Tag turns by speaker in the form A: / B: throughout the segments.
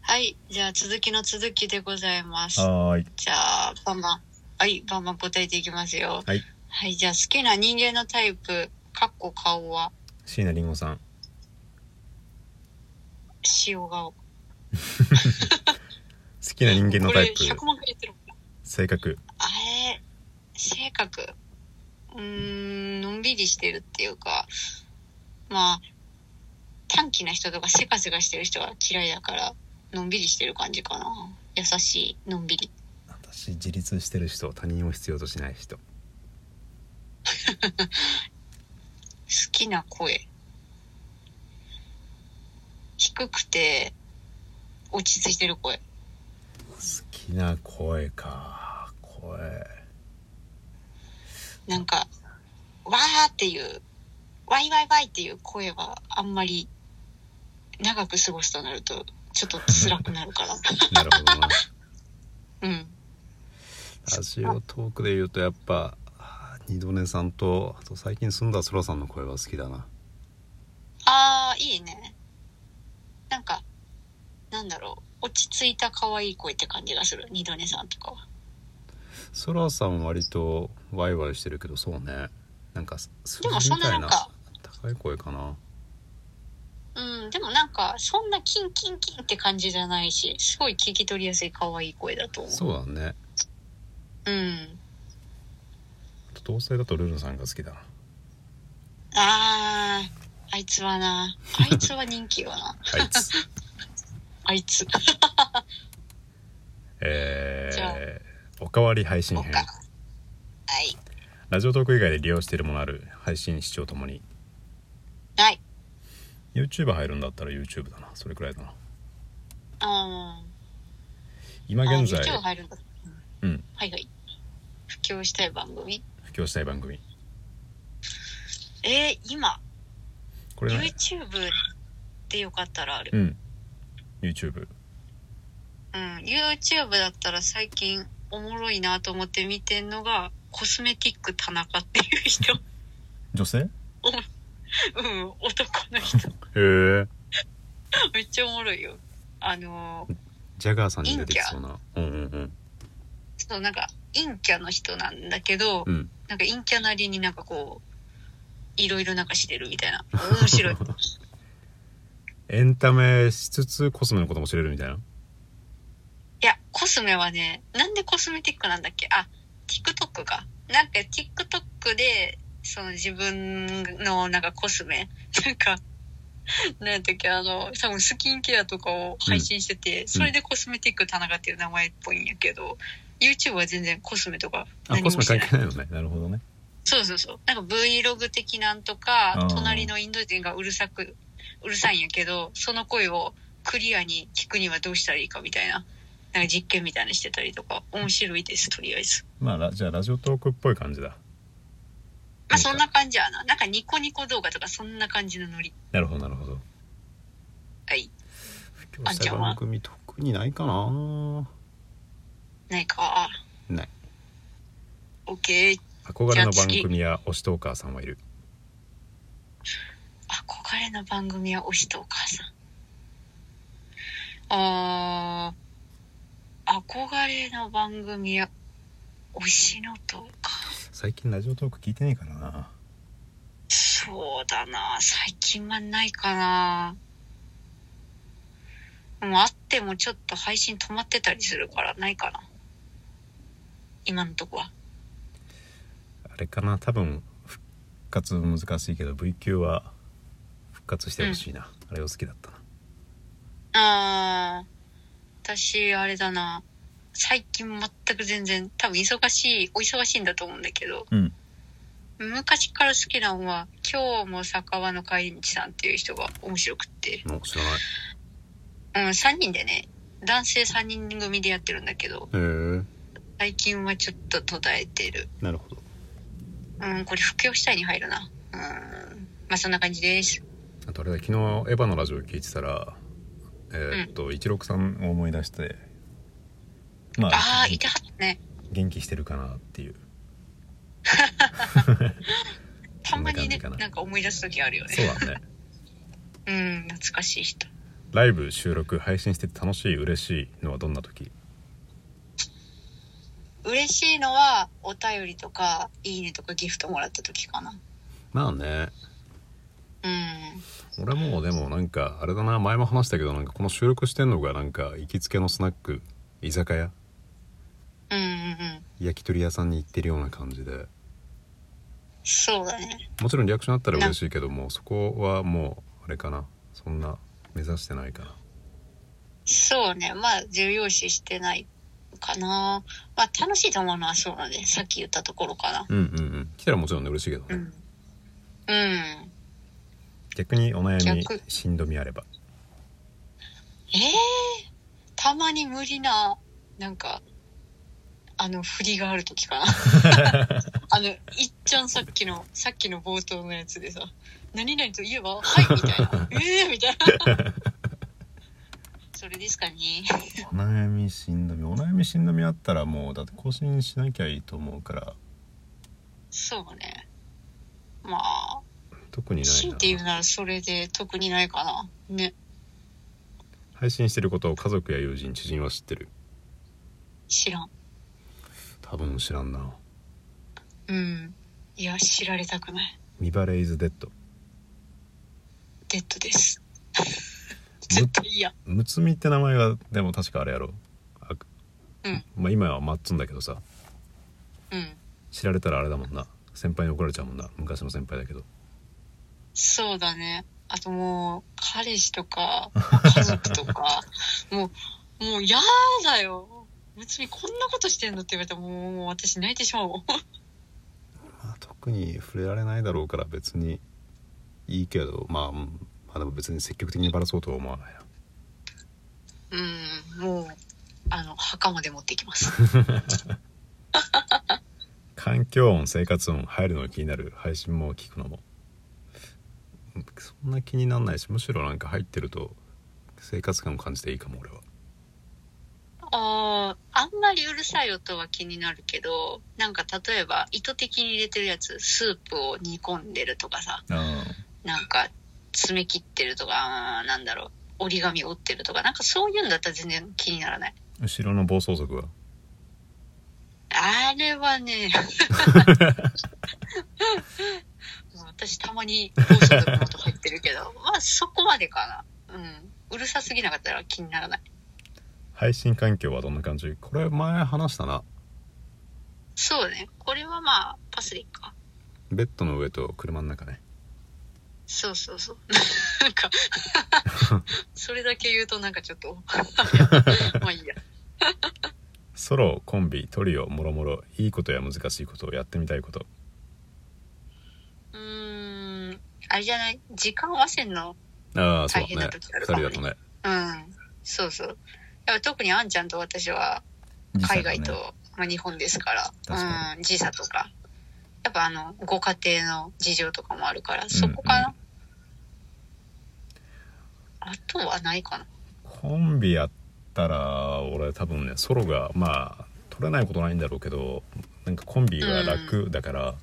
A: はい。じゃあ、続きの続きでございます。
B: はーい。
A: じゃあ、バンバン。はい、バンバン答えていきますよ。
B: はい。
A: はい、じゃあ、好きな人間のタイプ、かっこ顔は、
B: 椎名林檎さん。
A: 塩顔。
B: 好きな人間の
A: こ
B: タ
A: れ、
B: イプ、
A: 100万回言ってる。
B: 性格。
A: あれ、性格。うーん、のんびりしてるっていうか、まあ、短気な人とかせかせかしてる人は嫌いだから、のんびりしてる感じかな。優しい、のんびり。
B: 私、自立してる人、他人を必要としない人。
A: 好きな声低くて落ち着いてる声
B: 好きな声か。声。
A: なんかわーっていうワイワイワイっていう声はあんまり長く過ごすとなるとちょっと辛くなるか
B: なるほどな。
A: らうん
B: ラジオトークで言うと、やっぱ、あー二度寝さんと、あと最近住んだ空さんの声は好きだな。
A: あーいいねなんかなんだろう落ち着いた可愛い声って感じがする二度寝さんとかは
B: 空さん割とワイワイしてるけど、そうね。なんか、す
A: でも
B: 数字みたい
A: そんななん
B: な
A: か
B: 高い声かな。
A: うん、でもなんか、そんなキンキンキンって感じじゃないし、すごい聞き取りやすい可愛い声だと思う。
B: そうだね。
A: うん。
B: 同性だとルルンさんが好きだな。
A: あー、あいつはな、あいつは人気よな。
B: あいつ。
A: あいつ。
B: え
A: じゃあ
B: ー、おかわり配信
A: そう
B: 編
A: か。はい。
B: ラジオトーク以外で利用しているものある配信視聴ともに
A: はい。
B: YouTube 入るんだったら YouTube だなそれくらいだな
A: あ
B: 今
A: ー、
B: 現
A: あ
B: 在
A: YouTube 入るんだ。
B: うん
A: はいはい。布教したい番組
B: 布教したい番組
A: えー、今、
B: これね
A: YouTube でよかったらあ
B: う
A: る。
B: ん YouTube
A: うん、YouTube だったら最近おもろいなと思って見てんのが、コスメティック田中っていう 人。
B: 女性へ
A: うん、男の人。
B: え
A: めっちゃおもろいよ。あのー、
B: ジャガーさんに出てきそうなうんうん
A: そうなんか、陰キャの人なんだけど、
B: うんうん
A: なんか陰キャなりになんかこう、いろいろなんかしてるみ たいな。面白い。
B: エンタメしつつコスメのことも知れるみたいない
A: や、コスメはね、なんでコスメティックなんだっけあ、TikTok か。なんか TikTok で、その自分のなんかコスメ、 なんか、なんだっけ、あの、多分スキンケアとかを配信してて、それでコスメティック田中っていう名前っぽいんやけど、YouTube は全然コスメとか
B: あ
A: 何
B: コ
A: も
B: スメ
A: して
B: 関
A: ない。
B: 係ないのね なるほどね
A: そうそうそう。なんか Vlog 的なんとか
B: あ、ー
A: 隣のインド人がうるさく、うるさいんやけど、その声をクリアに聞くにはどうしたらいいかみたいな、なんか実験みたいなのしてたりとか、面白いです、とりあえず。
B: まあラじゃあラジオトークっぽい感じだ
A: まあそんな感じやな。なんかニコニコ動画とかそんな感じのノリ。
B: なるほどなるほど
A: はい。
B: 布教したい番組特にないかな
A: ないか。
B: ない。
A: OK。
B: 憧れの番組や推しトーカーさんはいる
A: 憧れの番組は推しとお母さん。あー、憧れの番組は推しのとお母さん。
B: 最近ラジオトーク聞いてねえからな
A: そうだな最近はないかなでもあってもちょっと配信止まってたりするからないかな今のとこは
B: あれかな多分復活難しいけど V 級は復活してほしいな、あれを好きだったな
A: あー私あれだな最近全く全然多分忙しいお忙しいんだと思うんだけど
B: うん
A: 昔から好きなのは今日も酒場の帰り道さんっていう人が面白くって
B: もう知らない
A: うん3人でね男性3人組でやってるんだけど
B: へえ
A: 最近はちょっと途絶えてる
B: なるほど
A: うん、これ布教したいに入るな。うん。まあそんな感じです。
B: あとあれだ昨日エヴァのラジオ聞いてたらえーっと、一六さんを思い出してま
A: ああ、いてはったね。
B: 元気してるかなっていう
A: たまにね、
B: こんな感じかな
A: なんか思い出す時あるよ
B: そう
A: ね。
B: だね
A: うん、懐かしい人。
B: ライブ収録配信してて楽しい嬉しいのはどんな時
A: 嬉しいのはお便りとかいいねとかギフトもらった時かな
B: まあね
A: うん
B: 俺もうでもなんかあれだな前も話したけどなんかこの収録してんのがなんか行きつけのスナック居酒屋
A: うんうんうん
B: 焼き鳥屋さんに行ってるような感じで
A: そうだね
B: もちろんリアクションあったら嬉しいけどもそこはもうあれかなそんな目指してないかな
A: そうねまあ重要視してないかなまあ楽しいと思うのはそうだねさっき言ったところかな
B: うんうんうん来たらもちろんね嬉しいけどね、
A: うんうん
B: 逆にお悩み
A: 逆
B: しんどみあれば
A: ええたまに無理な、なんか、あの、振りがある時 かな。あの、いっちゃんさっきの、さっきの冒頭のやつでさ、何々と言えばはい、みたい な。ええみたいな。それですかね。
B: お悩みしんどみお悩みしんどみあったらもうだって更新しなきゃいいと思うから
A: そうね。まあ、
B: 特にない
A: 強いて言う
B: な
A: ならそれで特にないかな。ね。
B: 配信してることを家族や友人知人は知ってる
A: 知らん。
B: 多分知らんな
A: うん。いや、知られたくない。
B: 見バレイズデッド
A: デッド です。 絶対嫌。
B: むつみって名前がでも確かあれやろあ
A: うん
B: まあ今はマッツンだけどさ
A: うん。
B: 知られたらあれだもんな先輩に怒られちゃうもんな昔の先輩だけど
A: そうだね。あともう、彼氏と か、家族とか、もう、もうやだよ。別にこんなことしてんのって言われたらもう、もう私泣いてしまうもん。
B: まあ、特に触れられないだろうから別にいいけど、まあ、うんまあでも別に積極的にバラそうとは思わないな
A: うん、もう、あの、墓まで持っていきます。
B: 環境音生活音入るのが気になる配信も聞くのもうんそんな気になんないしむしろなんか入ってると生活感を感じていいかも俺は
A: あーあんまりうるさい音は気になるけど、なんか例えば意図的に入れてるやつ、スープを煮込んでるとかさ、
B: あ
A: なんか爪切ってるとか、あーなんだろう、折り紙折ってるとか、なんかそういうんだったら全然気にならない。
B: 後ろの暴走族は
A: あれはね、もう私たまに高速の音入ってるけど、まあそこまでかな。うん。うるさすぎなかったら気にならない。
B: 配信環境はどんな感じこれ前話したな
A: そうね。これはまあ、パスでいいか。
B: ベッドの上と車の中ね
A: そうそうそう。なんか、それだけ言うとなんかちょっと、 まあいいや。
B: ソロコンビトリオもろもろいいことや難しいことをやってみたいこと
A: うーん。あれじゃない時間合わせんの
B: ああそう
A: 大変
B: だ
A: な
B: ね
A: 時あ
B: 2
A: るかも
B: 人
A: ね
B: だとね
A: うん。そうそう。やっぱ特にあんちゃんと私は、海外と、まあ、日本ですから
B: 確か
A: うん、時差とかやっぱあのご家庭の事情とかもあるからそこかな、あとはないかな
B: コンビやったら俺多分ねソロがまあ取れないことないんだろうけどなんかコンビが楽だから、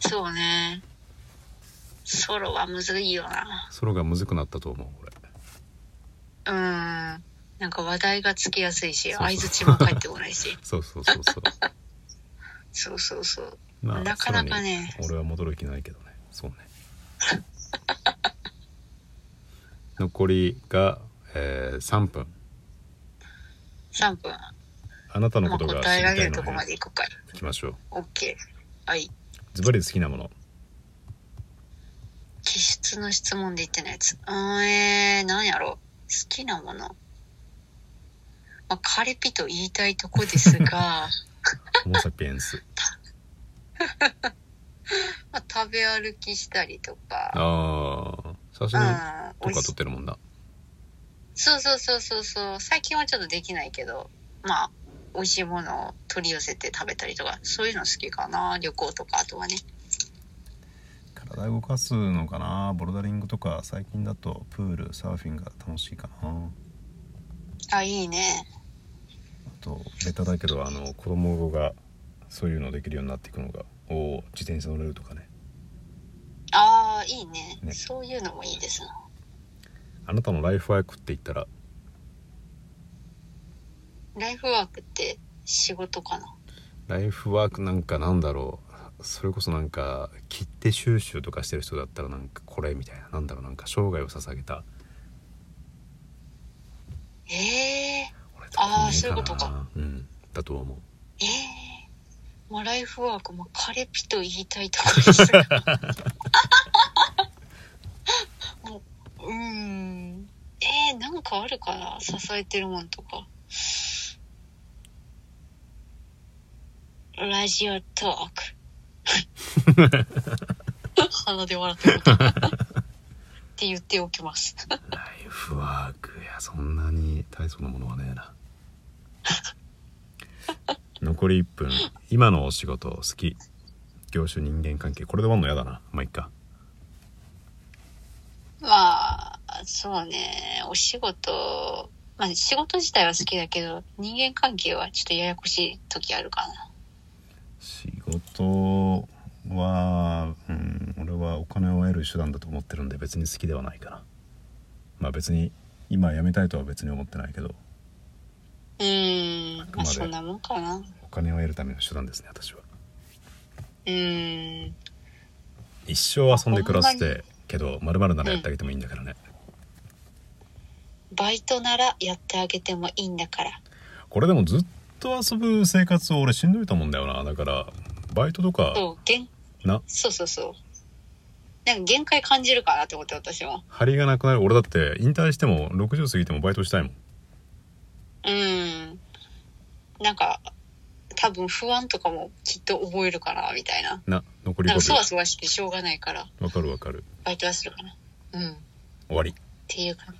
A: そうねソロはむずいよな
B: ソロがむずくなったと思う俺
A: うんなんか話題がつきやすいし
B: そうそう
A: 相づちも返ってこないし
B: そうそうそうそう
A: そうそう そう
B: まあ
A: なかなかね
B: ソロに俺は戻る気ないけどねそうね 残りが、えー3分
A: 3分
B: あなたの
A: ま
B: こ
A: あ
B: とが知
A: 答
B: り
A: えら
B: た
A: れ
B: い
A: る
B: の
A: とこま
B: 編
A: でいくかい
B: いきましょう
A: OK はい
B: ズバリで好きなもの
A: 気質の質問で言ってないやつ。うーん、えー、なんやろ。好きなもの。まあ、カレピと言いたいとこです が、
B: ホモ・サピエンス
A: まあ、食べ歩きしたりとか、
B: ああ写
A: う
B: 真
A: ん、
B: と
A: おい
B: か
A: し
B: 撮ってるもんな
A: そうそうそうそうそう、最近はちょっとできないけど、まあ、美味しいものを取り寄せて食べたりとか、そういうの好きかな、旅行とか、あとはね。
B: 体動かすのかなボルダリングとか最近だとプールサーフィンが楽しいかな
A: あ、いいね。
B: あとベタだけどあの子供がそういうのできるようになっていくのがおー自転車乗れるとかね
A: ああ、いいね
B: ね
A: そういうのもいいですな。
B: あなたのライフワークって言ったら
A: ライフワークって仕事かな
B: ライフワークなんかなんだろうそれこそなんか切手収集とかしてる人だったらなんかこれみたいななんだろうなんか生涯を捧げた
A: ええ
B: 俺特にね
A: あーそういうことか
B: うんだと思う
A: ええまあライフワーク、まあ、カレピと言いたいところですがもううーんええなんかあるかな支えてるもんとかラジオトー ク鼻で笑ってることって言っておきます
B: ライフワークいやそんなに大層なものはねえな 残り1分今のお仕事好き業種人間関係これで終わんのやだなまあいっか
A: まあ、そうね、お仕事、まあ仕事自体は好きだけど、人間関係はちょっとややこしい時あるかな。
B: 仕事はうん俺はお金を得る手段だと思ってるんで別に好きではないかなまあ別に今辞めたいとは別に思ってないけど
A: うーん、
B: くま
A: まあ
B: で
A: そんなもんかな。
B: お金を得るための手段ですね私は
A: うーん、
B: 一生遊んで暮らし
A: ほんまに
B: てけどまるならやってあげてもいいんだからね、
A: バイトならやってあげてもいいんだから。
B: これでもずっと遊ぶ生活を俺しんどいと思うんだよなだからバイトとか
A: そう、限
B: な
A: そうそうそう。なんか限界感じるかなって思って私も。
B: 張りがなくなる俺だって引退しても60過ぎてもバイトしたいもん
A: うーん、なんか、多分不安とかもきっと覚えるかな、みたいな。
B: な残り
A: なん
B: 5
A: かそわ
B: 秒
A: そわしてしょうがないから、
B: わかるわかる
A: バイトはするかな。うん。
B: 終わり
A: っていう感じ